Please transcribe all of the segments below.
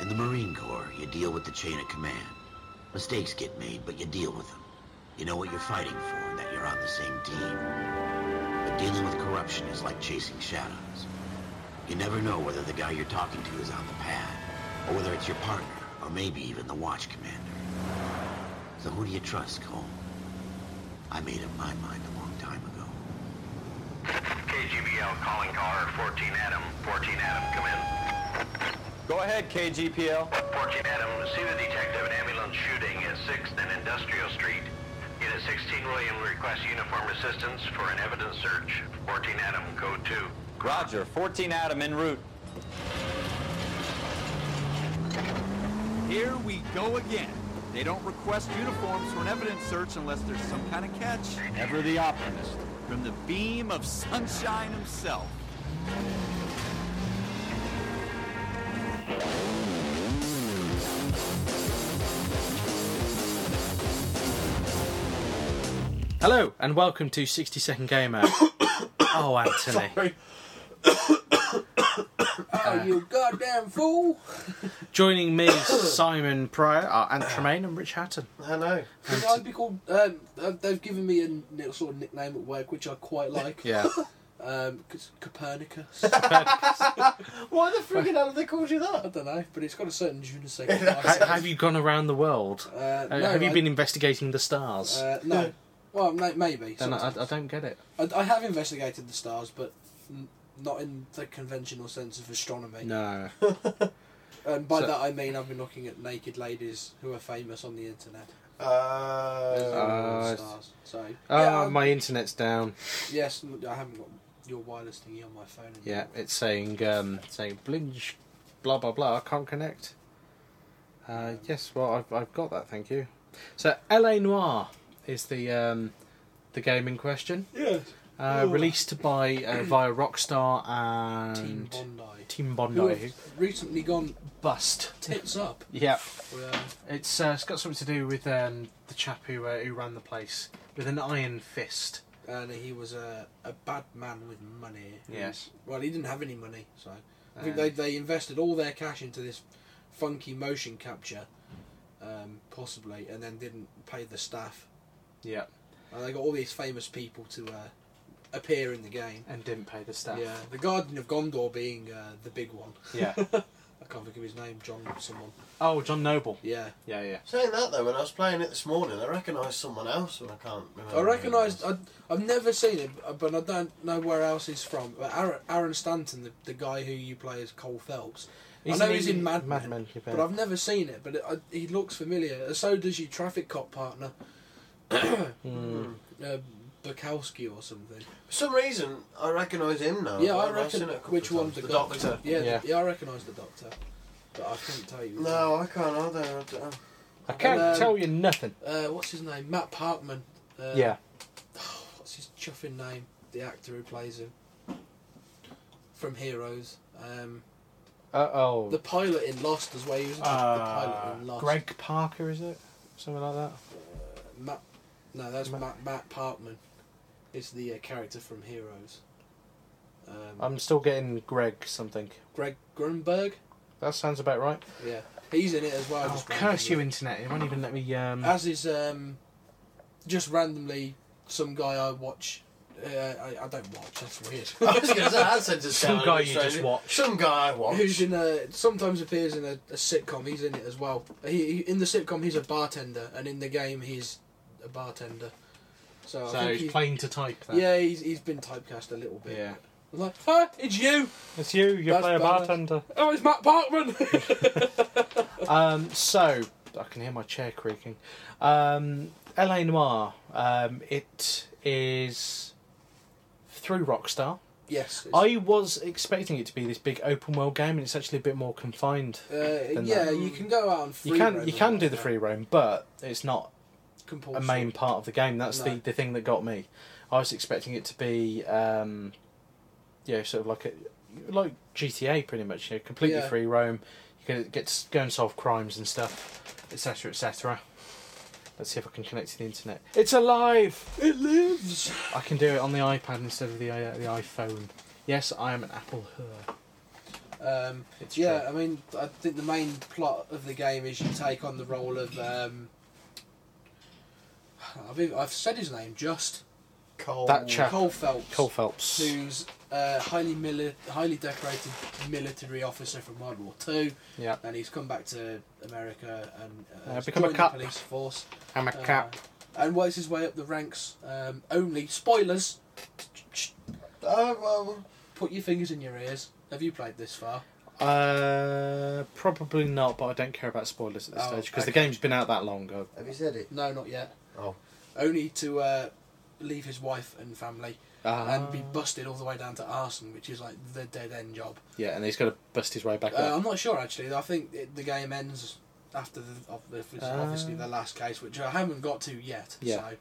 In the Marine Corps, you deal with the chain of command. Mistakes get made, but you deal with them. You know what you're fighting for and that you're on the same team. But dealing with corruption is like chasing shadows. You never know whether the guy you're talking to is on the pad, or whether it's your partner, or maybe even the watch commander. So who do you trust, Cole? I made up my mind a long time ago. KGBL calling car 14 Adam. 14 Adam, come in. Go ahead, KGPL. 14 Adam, see the detective an ambulance shooting at 6th and Industrial Street. Unit 16 William requests uniform assistance for an evidence search. 14 Adam, code 2. Roger, 14 Adam en route. Here we go again. They don't request uniforms for an evidence search unless there's some kind of catch. Never the optimist. From the beam of sunshine himself. Hello and welcome to 60 Second Game Hour. oh, Anthony. Oh, you goddamn fool! Joining me, Simon Pryor, are Ant Tremaine and Rich Hatton. I know. Can I be called? Um, uh, they've given me a n- sort of nickname at work, which I quite like. Yeah. Um, 'cause Copernicus. Why the friggin' hell have they called you I that? don't know, but it's got a certain je ne sais Ha- quoi. have you gone around the world? Uh, Ha- no, have you I- been investigating the stars? Uh, no. Well, may- maybe. Then I, sometimes. I, I don't get it. I, I have investigated the stars, but n- not in the conventional sense of astronomy. No. And by So- that I mean I've been looking at naked ladies who are famous on the internet. Uh, Uh, stars. So Oh, yeah, I'm- my internet's down. yes, I haven't got your wireless thingy on my phone. anymore. Yeah, it's saying um, saying blinge, blah blah blah. Can't connect. Uh, yes, well, I've, I've got that. Thank you. So, La Noir is the um, the game in question. Yes. Uh, released by uh, via Rockstar and Team Bondi. Team Um, Who Bondi. have recently gone Bust. tits up. Yeah, Uh, it's uh, it's got something to do with um, the chap who uh, who ran the place with an iron fist. and he was a, a bad man with money. Yes. Well, he didn't have any money, so I think Um, they, they invested all their cash into this funky motion capture, um, possibly, and then didn't pay the staff. Yeah, And they got all these famous people to uh, appear in the game. and didn't pay the staff. Yeah, the Garden of Gondor being uh, the big one. yeah. I can't think of his name, John someone. Oh, John Noble. Yeah, Yeah, yeah. saying that though, when I was playing it this morning, I recognised someone else, and I can't remember. I who it recognised. was. I, I've never seen him, uh, but I don't know where else he's from. But Aaron, Aaron Stanton, the, the guy who you play as Cole Phelps, I know he's in Mad Men, yeah. but I've never seen it. But it, I, he looks familiar. So does your traffic cop partner, uh, Bukowski or something. For some reason, I recognise him now. yeah, I Uh, I've reckon. seen it a couple Which of one's times. the, The guy- doctor. Yeah, Yeah. yeah, yeah I recognise the doctor, but I couldn't tell you. No, I can't either. I don't know. I can't Um, tell you nothing. Uh, what's his name? Matt Parkman. Uh, yeah. what's his chuffing name? The actor who plays him from Heroes. Um, Uh oh. the pilot in Lost as well. He was the, the pilot in Lost. Uh, Greg Parker, is it? Something like that. Matt, no, that's Ma- Matt, Matt Parkman. Is the uh, character from Heroes. Um, I'm still getting Greg something. Greg Grunberg. That sounds about right. Yeah, he's in it as well. Oh, just curse you, randomly. internet! It won't even let me. Um, As is um, just randomly some guy I watch. Uh, I, I don't watch. That's weird. I was going to say that sentence. Some sounded guy you strange. just watched. Some guy I watched. who's in a sometimes appears in a, a sitcom. He's in it as well. He, he in the sitcom he's a bartender, and in the game he's a bartender. So, I so think he's he's playing to type. Then. yeah, he's, he's been typecast a little bit. Yeah. I'm like, ah, it's you. It's you. You That's play a badass. bartender. Oh, it's Matt Parkman. Um, so I can hear my chair creaking. Um, La Noir. Um, it is through Rockstar. yes. it's- uh, I was expecting it to be this big open world game, and it's actually a bit more confined. uh, than yeah, that. you can go out and free You can roam you and can all do the that. free roam, but it's not a Compulsory. main part of the game. That's the, No. the thing that got me. I was expecting it to be, um, yeah, sort of like a like GTA, pretty much. You know, completely Yeah. free roam. You can get to go and solve crimes and stuff, etc., etc. Let's see if I can connect to the internet. It's alive. It lives. I can do it on the iPad instead of the uh, the iPhone. Yes, I am an Apple her. Uh, Um, It's yeah, true. I mean, I think the main plot of the game is you take on the role of. Um, I've, even, I've said his name, Just. Cold. That chap. Oh, Cole Phelps. Cole Phelps. Who's a highly, mili- highly decorated military officer from World War Two, Yeah, and he's come back to America and uh, Uh, has become a joined cop. the police force. I'm a Uh, cap. and works his way up the ranks. Um, only spoilers. Oh, well, Put your fingers in your ears. Have you played this far? Uh, probably not, but I don't care about spoilers at this Oh, stage because the okay. game's been out that long. I- have you said it? No, not yet. Oh. Only to uh, leave his wife and family Ah. and be busted all the way down to arson, which is like the dead end job. yeah, and he's got to bust his way back Uh, up. I'm not sure actually. I think it, the game ends after the of- the- Ah. obviously the last case, which I haven't got to yet. Yeah.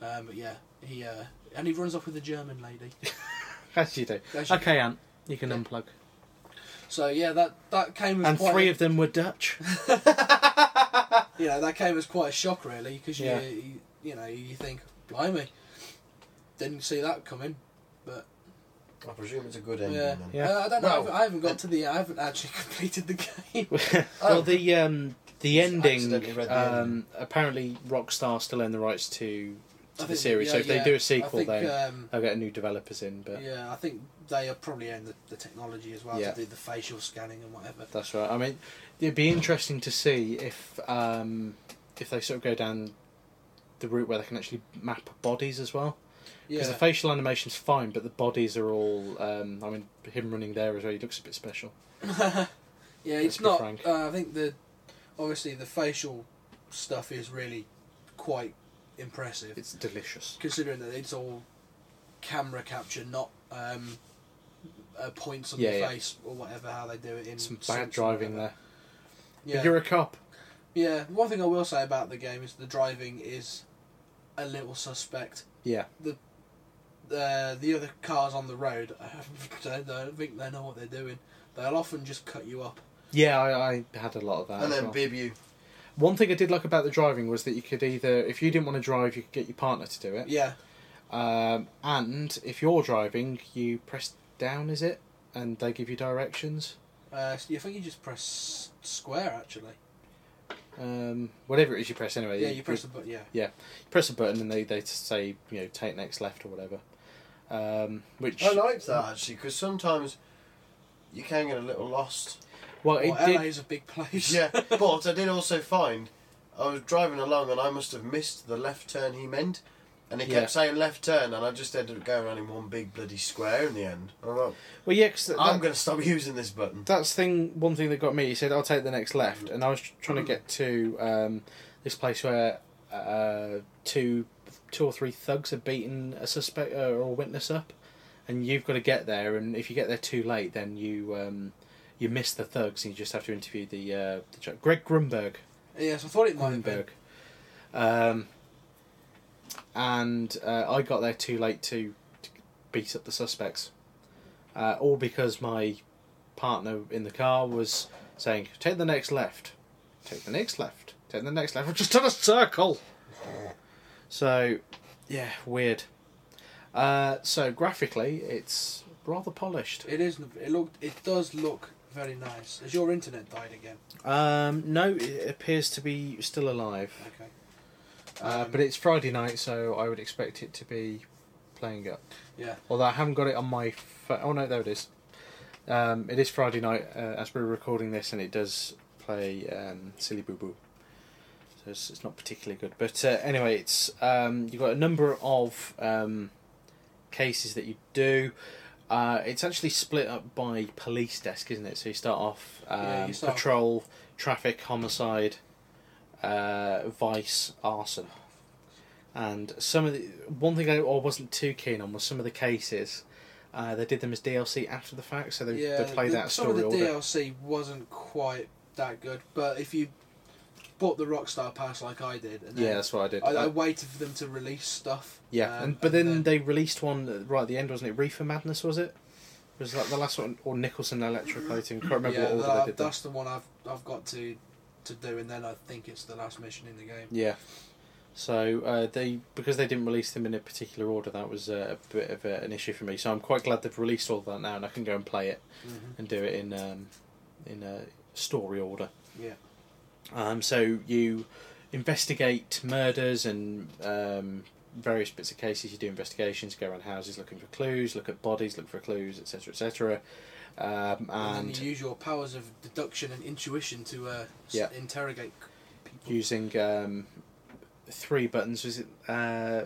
So, um, but yeah, he uh, and he runs off with a German lady. As you do. As you- Okay, Ant, you can Yeah. unplug. So yeah, that that came as And quite three a, of them were Dutch. you know, that came as quite a shock, really, because you, Yeah. you, you know, you think, blimey, didn't see that coming. But I presume it's a good ending yeah, then. Yeah. Uh, I don't know. I Well, haven't- I haven't got to the. I haven't actually completed the game. well, the um, the ending. accidentally read the um, apparently, Rockstar still own the rights to to I the think- series, yeah, so if yeah. they do I a sequel, think, then um, they'll get new developers in. But yeah, I think they are probably own the, the technology as well Yeah. to do the facial scanning and whatever. that's right. I mean, it'd be interesting to see if um, if they sort of go down the route where they can actually map bodies as well. Yeah, Because the facial animation's fine, but the bodies are all. Um, I mean, him running there as well, he looks a bit special. yeah, let's it's be not. frank. Uh, I think the obviously the facial stuff is really quite impressive. It's delicious. considering that it's all camera capture, not um, uh, points on Yeah, the yeah. face or whatever how they do it in Some suits bad and driving there. whatever. Yeah, But you're a cop. yeah. One thing I will say about the game is the driving is a little suspect. Yeah. Uh, the other cars on the road, I don't, know- I don't think they know what they're doing. They'll often just cut you up. Yeah, I, I had a lot of that. And as then well. bib you. One thing I did like about the driving was that you could either, if you didn't want to drive, you could get your partner to do it. Yeah, Um, and if you're driving, you press down, is it? And they give you directions. uh, so you think you just press square actually. Um, whatever it is you press anyway. Yeah, you press the button. Yeah, you press a button and they, they say, you know, take next left or whatever. Um, which, I liked that actually because sometimes you can get a little lost. well, it well, did. LA is a big place. Yeah, but I did also find I was driving along and I must have missed the left turn he meant. And he Yeah. kept saying left turn, and I just ended up going around in one big bloody square in the end. I'm like, Well, yeah, 'cause that- I'm going to stop using this button. that's thing one thing that got me. He said, "I'll take the next left," and I was tr- trying to get to um, this place where uh, two, two or three thugs have beaten a suspect uh, or a witness up, and you've got to get there. And if you get there too late, then you um, you miss the thugs, and you just have to interview the uh, the chap- Greg Grunberg. Yes, I thought it might have been. Grunberg. Um, and uh, I got there too late to, to beat up the suspects. Uh, all because my partner in the car was saying, take the next left, take the next left, take the next left. I've just done a circle! So, yeah, weird. Uh, so, graphically, it's rather polished. It is. It looked. It does look very nice. Has your internet died again? Um, no, it appears to be still alive. Okay. Uh, but it's Friday night, so I would expect it to be playing up. Yeah. Although I haven't got it on my phone. Oh no, there it is. Um, it is Friday night uh, as we're recording this, and it does play um, Silly Boo Boo. So it's, it's not particularly good. But uh, anyway, it's um, you've got a number of um, cases that you do. Uh, it's actually split up by police desk, isn't it? So you start off um, Yeah, you start- patrol, traffic, homicide, uh, vice, arson. And some of the one thing I I wasn't too keen on was some of the cases. Uh, they did them as DLC after the fact, so they, yeah. they play the- that some of story the order. DLC wasn't quite that good, but if you bought the Rockstar Pass like I did, and then yeah, that's what I did. I, I Uh, waited for them to release stuff. yeah, um, and, but then, they released one right at the end, wasn't it? Reefer Madness, was it? Was that the last one? Or Nicholson Electroplating? Can't remember yeah, uh, what order that- they did them. that's the one I've I've got to to do, and then I think it's the last mission in the game. Yeah. So uh, they because they didn't release them in a particular order, that was uh, a bit of a, an issue for me. So I'm quite glad they've released all of that now, and I can go and play it Mm-hmm. and do it in um, in a story order. Yeah. Um, so you investigate murders and um, various bits of cases. You do investigations, go around houses looking for clues, look at bodies, look for clues, etc., etc. Um, And, and then you use your powers of deduction and intuition to uh, s- Yeah. interrogate c- people. using um, three buttons was it uh,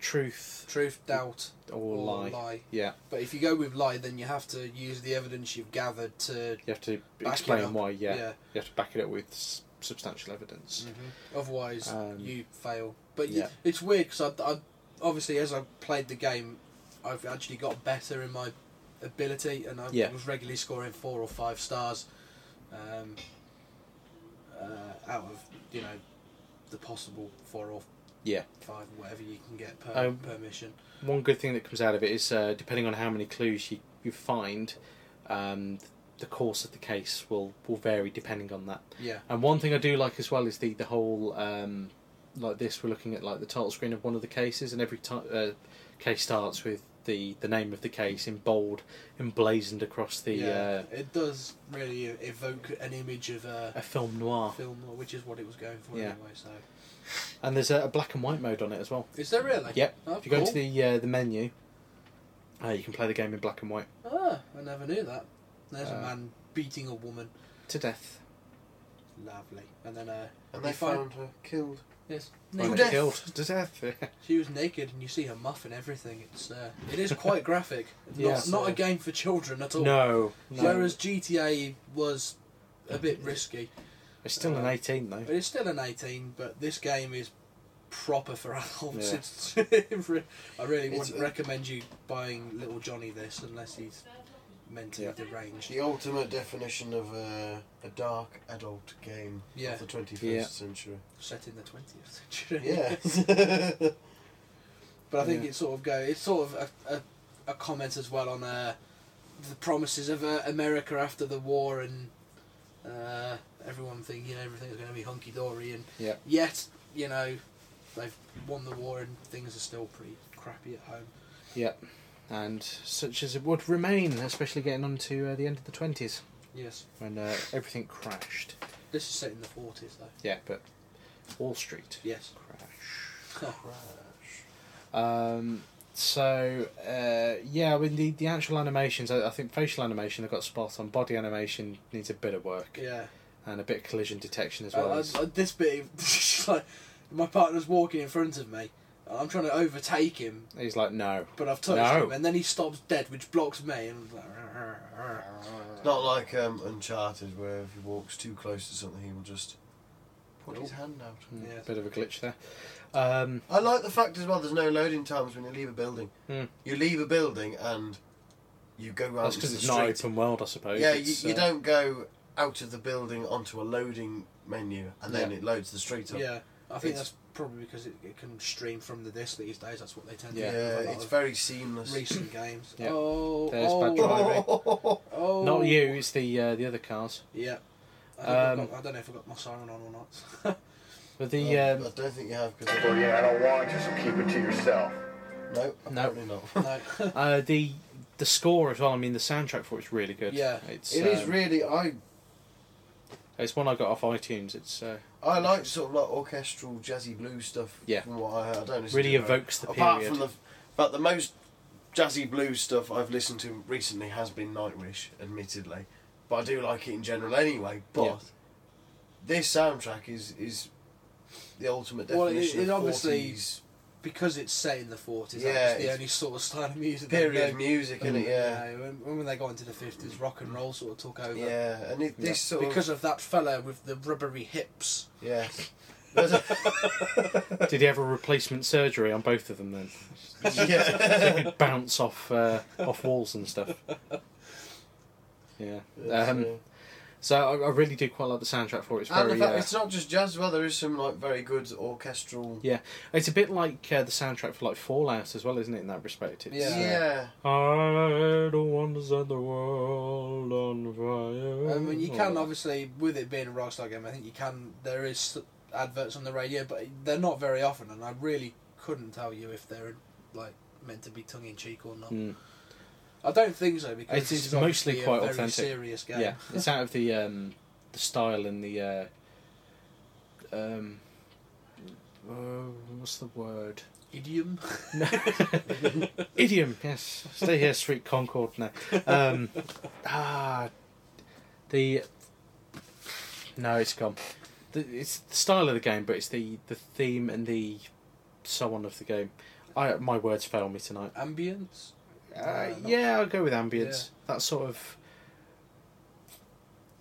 truth Truth, doubt, or, or lie? lie. Yeah, But if you go with lie, then you have to use the evidence you've gathered to. you have to Back it up. explain why. Yeah. Yeah. Mm. you have to back it up with s- substantial evidence. Otherwise, Um, you fail. But you, yeah. it's weird because I, I, obviously, as I played the game, I've actually got better in my ability, and I Yeah. was regularly scoring four or five stars um, uh, out of you know the possible four or Yeah. five, whatever you can get per, Um, per mission. One good thing that comes out of it is uh, depending on how many clues you, you find, um, the course of the case will, will vary depending on that. Yeah, And one thing I do like as well is the the whole um, like this. We're looking at like the title screen of one of the cases, and every ti uh, case starts with the the name of the case in bold, emblazoned across the yeah. uh, it does really e-, evoke an image of uh, a film noir. film, which is what it was going for Yeah. anyway. So, And there's a, a black and white mode on it as well. is there really? Yep. Oh, if you go cool. to the uh, the menu, uh, you can play the game in black and white Ah, I never knew that. There's a Uh, man beating a woman. to death. Lovely. And then uh, And you they found her killed. yes, By naked. being Killed to death. She was naked, and you see her muff and everything. It's uh, it is quite graphic. Yeah. Not not a game for children at all. no, no. Whereas GTA was a bit risky, it's still an uh, eighteen though. but it's still an 18. But this game is proper for adults. Yeah. It's, it re- I really It's- wouldn't recommend you buying little Johnny this unless he's mentally Yeah. deranged. The ultimate definition of a, a dark adult game Yeah. of the 21st Yeah. century. Set in the 20th century. Yeah. But I think Yeah. it sort of go. It's sort of a, a, a comment as well on uh, the promises of uh, America after the war and uh, everyone thinking everything's going to be hunky dory and Yeah. yet you know they've won the war and things are still pretty crappy at home. Yep. And such as it would remain, especially getting on to uh, the end of the 20s Yes, when uh, everything crashed. this is set in the forties though. Yeah, but Wall Street Yes, crash. Um, so, uh, yeah, with the, the actual animations, I, I think facial animation they've got spot on. Body animation needs a bit of work yeah. and a bit of collision detection as I- well. Uh, I, as, I, this bit, it's like my partner's walking in front of me. I'm trying to overtake him, he's like, no. but I've touched No. him, and then he stops dead, which blocks me. And I'm like, It's not like um, Uncharted, where if he walks too close to something, he will just put his hand out. Mm, Yes. Bit of a glitch there. Um, I like the fact as well. There's no loading times when you leave a building. Hmm. You leave a building and you go round. that's to because the it's not street. open world, I suppose. Yeah, you, It's, you uh, don't go out of the building onto a loading menu and then Yeah. it loads the street up. Yeah, I think It's- that's probably because it, it can stream from the disc these days. That's what they tend Yeah. to do. with a lot it's of very seamless. recent games. Yeah. Oh, There's oh, bad driving. oh, Not you, it's the uh, the other cars. Yeah. I, think I've Um, got- I don't know if I got my siren on or not. But Um, the um, I don't think you have because Well, yeah, I don't want you, so keep it to yourself. no, apparently not. no. uh, the the score as well. I mean, the soundtrack for it's really good. Yeah. it's It is um, really I it's one I got off iTunes. It's uh, I like sort of like orchestral jazzy blues stuff. Yeah. from what I heard. I don't listen really to it very- evokes the apart period. from the but the most jazzy blues stuff I've listened to recently has been Nightwish, admittedly, but I do like it in general anyway. But Yeah. this soundtrack is is the ultimate Well, it- definition it of obviously- 40s because it's set in the 40s, Yeah, that was the it's- only sort of style of music. they period made. music, in it? Yeah, You know, when, when they got into the 50s, rock and roll sort of took over. yeah, and it, this sort Because of that fella with the rubbery hips. of yes. did he have a replacement surgery on both of them then? yeah. So he could bounce off uh, off walls and stuff. Yeah. Um, So- so I, I really do quite like the soundtrack for it. It's and the very. fact Uh, it's not just jazz as well. There is some like very good orchestral. it's a bit like uh, the soundtrack for like Fallout as well, isn't it? In that respect, it's, Yeah. yeah. Uh, I don't want to set the world on fire. Oh. I mean, you can obviously, with it being a Rockstar game, I think you can. There is adverts on the radio, but they're not very often, and I really couldn't tell you if they're like meant to be tongue in cheek or not. Mm. I don't think so because It this is is obviously mostly quite a very authentic. serious game. Yeah, it's out of the um, the style and the uh, um, uh, what's the word? Idiom. No. Idiom. Yes. Stay here, sweet Concord. No. Um, ah, the no, it's gone. The, it's the style of the game, but it's the the theme and the so on of the game. I my words fail me tonight. Ambience. Uh, not- yeah, I'll go with ambience. That sort of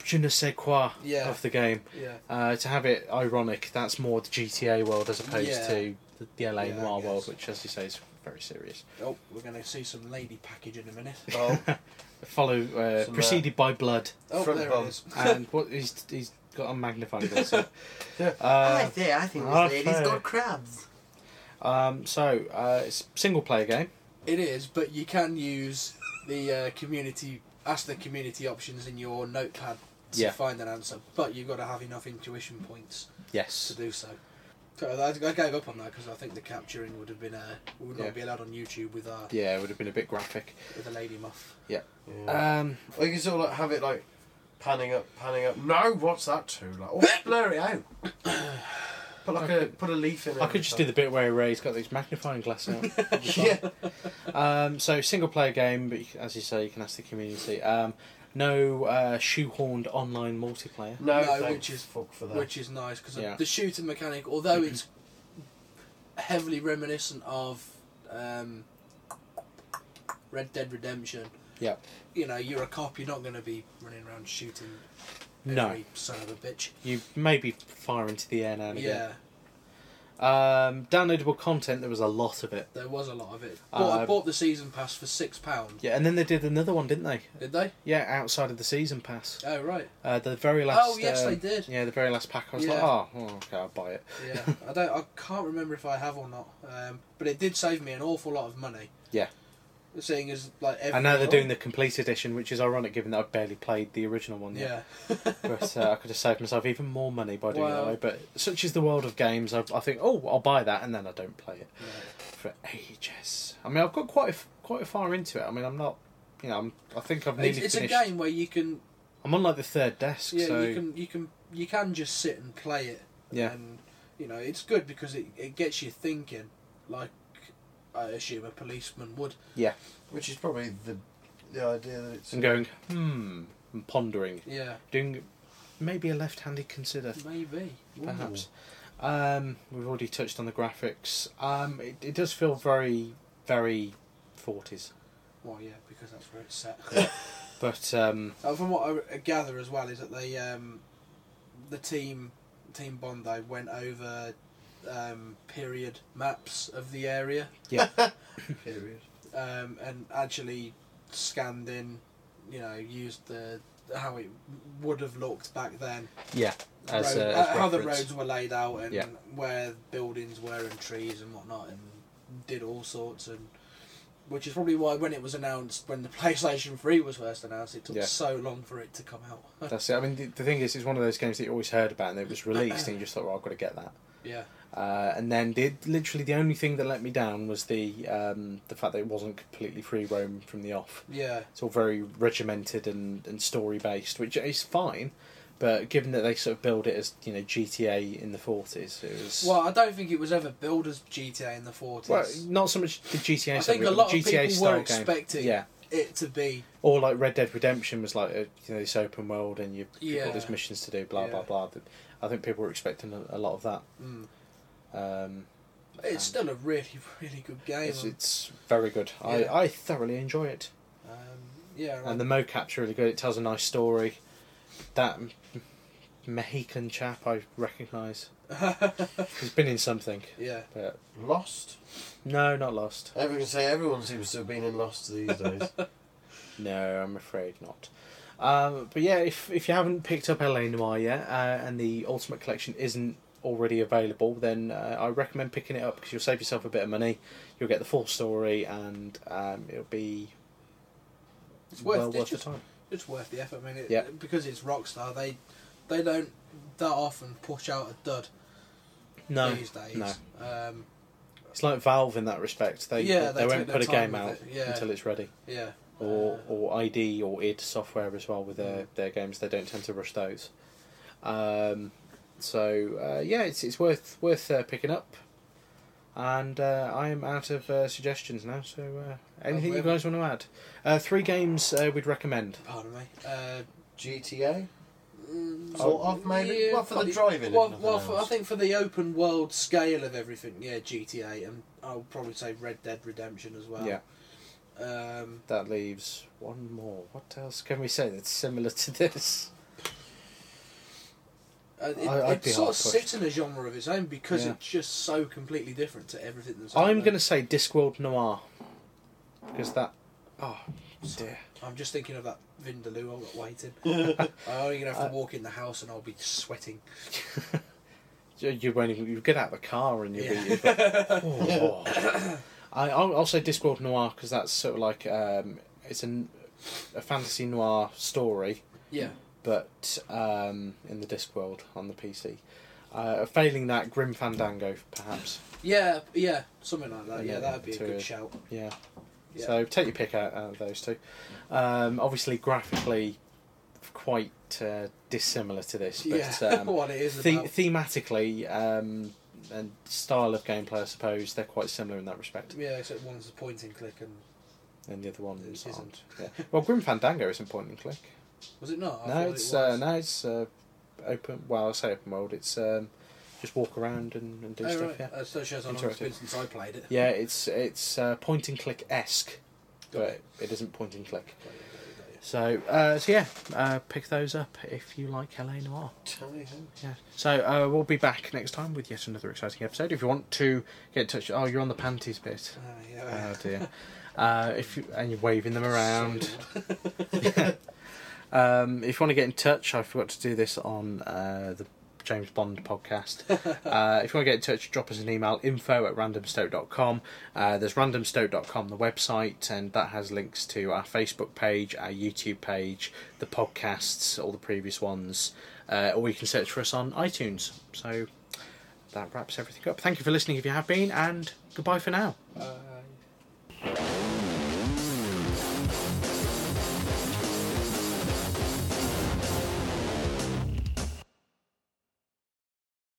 je ne sais quoi Yeah. of the game. Yeah. Uh, to have it ironic, that's more the GTA world as opposed Yeah. to the, the LA Yeah, I Noir guess. world, which, as you say, is very serious. Oh, we're gonna see some lady package in a minute. Oh, Follow, uh, Some, uh, preceded by blood, Oh, Front there bum. it is. and what he's he's got a magnifying glass. on. I Uh, say, I think this Ah, lady's fair. got crabs. um, so uh, it's a single player game. It is, but you can use the uh, community, ask the community options in your notepad to Yeah. find an answer. But you've got to have enough intuition points to Yes, do so. So I, I gave up on that because I think the capturing would have been uh, would not Yeah. be allowed on YouTube with our yeah, it would have been a bit graphic. with a lady muff. yeah. Um, Or you can sort of like have it like panning up, panning up. No, what's that to? Like, oh, blur it out. Put like a put a leaf in. I could just do the bit where Ray's got these magnifying glasses out. yeah. Um, so single player game, but you, as you say, you can ask the community. Um, no uh, shoehorned online multiplayer. No, No, thanks. which is- fuck for that. which is nice because Yeah. Mm-hmm. the shooting mechanic, although it's heavily reminiscent of um, Red Dead Redemption. Yeah. You know, you're a cop. You're not going to be running around shooting. Every No. son of a bitch. You maybe fire into the air now and again. Yeah, Um, downloadable content. There was a lot of it. there was a lot of it. Uh, Bought, I bought the season pass for six pound. Yeah, and then they did another one, didn't they? Did they? Yeah, outside of the season pass. Oh right. Uh, the very last. oh yes, um, they did. Yeah, the very last pack. I was like, Yeah. oh, oh, okay, I'll buy it. Yeah, I don't. I can't remember if I have or not. Um, but it did save me an awful lot of money. Yeah. Seeing as like every, and now they're doing the complete edition, which is ironic given that I barely played the original one. yet. Yeah. but uh, I could have saved myself even more money by doing Well- that way. But such is the world of games, I, I think, oh, I'll buy that, and then I don't play it for ages. I mean, I've got quite a f quite far into it. I mean, I'm not, you know, I'm, I think I've nearly It's, it's a finished. game where you can I'm on like the third desk, yeah so you can you can you can just sit and play it. yeah, And you know it's good because it it gets you thinking, like I assume a policeman would. which is probably the the idea that it's and going hmm, and pondering, Yeah. doing maybe a left-handed consider. Maybe. perhaps. Um, we've already touched on the graphics. Um, it, it does feel very, very 40s. Well, yeah, because that's where it's set. But um, And Uh, from what I gather as well is that they, um, the team, Team Bondi went over um, period maps of the area period. um, and actually scanned in, you know, used the how it would have looked back then, yeah, as, Road- uh, uh, as how the reference. roads were laid out and Yeah. where buildings were and trees and whatnot, and did all sorts and. Which is probably why when it was announced, when the PlayStation 3 was first announced, it took Yeah. so long for it to come out. That's it. I mean, the, the thing is, it's one of those games that you always heard about, and it was released, and you just thought, "Well, I've got to get that." yeah. Uh, and then, the, literally, the only thing that let me down was the um, the fact that it wasn't completely free roam from the off. Yeah, It's all very regimented and, and story based, which is fine. But given that they sort of build it as you know GTA in the forties, it was Well, I don't think it was ever billed as GTA in the forties. Well, not so much the GTA. I style, think but a lot of GTA people style game. were expecting Yeah, it to be. or like Red Dead Redemption was like a, you know this open world and you you've Yeah. got these missions to do, blah blah Yeah. blah. I think people were expecting a, a lot of that. Mm. Um, It's still a really, really good game. it's, it's very good. Yeah. I, I thoroughly enjoy it, um, yeah, and the mocap's really good. It tells a nice story. That M- Mexican chap I recognise. He's been in something. yeah. But Lost. no, not lost. Everyone say everyone seems to have been in Lost these days. No, I'm afraid not. Um, but yeah, if if you haven't picked up LA Noir yet uh, and the Ultimate Collection isn't already available, then uh, I recommend picking it up because you'll save yourself a bit of money. You'll get the full story and um, it'll be It's worth, well it's worth the just, time. It's worth the effort. I mean, it, Yeah. because it's Rockstar, they they don't that often push out a dud. No, these days. no. Um, It's like Valve in that respect. They Yeah, they, they won't take put a their time game out with it, yeah. until it's ready. yeah. Or or ID or id software as well with their, their games. They don't tend to rush those. Um, so uh, yeah, it's it's worth worth uh, picking up. And uh, I am out of uh, suggestions now. So uh, anything you Lovely. guys want to add? Uh, three games uh, we'd recommend. Pardon me. Uh, GTA? Sort of, maybe? well, for the Mm, probably- driving. Well, and well nothing for, I else. think for the open world scale of everything, yeah, GTA, and I'll probably say Red Dead Redemption as well. Yeah. Um, That leaves one more. What else can we say that's similar to this? uh, it I- I'd it be sort of hard-pushed. sits in a genre of its own because Yeah. it's just so completely different to everything that's. out I'm there. going to say Discworld Noir because that. Oh dear. I'm just thinking of that Vindaloo while waiting. I'm only gonna have to Uh, walk in the house and I'll be sweating. You, you won't even you get out of the car and you Yeah. will be. Oh. I I'll, I'll say Discworld Noir because that's sort of like um, it's an, a fantasy noir story, Yeah. but um, in the Discworld on the PC. Uh, failing that, Grim Fandango perhaps. Yeah, yeah, something like that. Yeah, Yeah, that'd be a to- good shout. Yeah. Yeah. So take your pick out, out of those two. Um, obviously, graphically, quite uh, dissimilar to this, Yeah, but um, what it is the- about. thematically um, and style of gameplay, I suppose they're quite similar in that respect. Yeah, except one's a point and click, and And the other one It isn't. isn't. Yeah. Well, Grim Fandango isn't point and click. was it not? I no, thought it's it uh, was. no, it's uh, open. Well, I say open world. It's um, just walk around and, and do Oh, stuff. right. Yeah. Uh, so it shows how long it's been Interactive. since I played it. Yeah, it's it's uh, point and click esque, Got but it. it isn't point and click. Got it, got it, got it. So, uh, so yeah, uh, pick those up if you like LA Noir. Yeah. So uh, we'll be back next time with yet another exciting episode. If you want to get in touch, oh, you're on the panties bit. Ah, yeah. Oh dear. Uh, if you, and you're waving them around. Um, if you want to get in touch, I forgot to do this on uh, the James Bond podcast. uh, if you want to get in touch, drop us an email info at randomstoke.com. Uh, there's randomstoke.com, the website, and that has links to our Facebook page, our YouTube page, the podcasts, all the previous ones, uh, or you can search for us on iTunes. So that wraps everything up. Thank you for listening if you have been, and goodbye for now. Uh,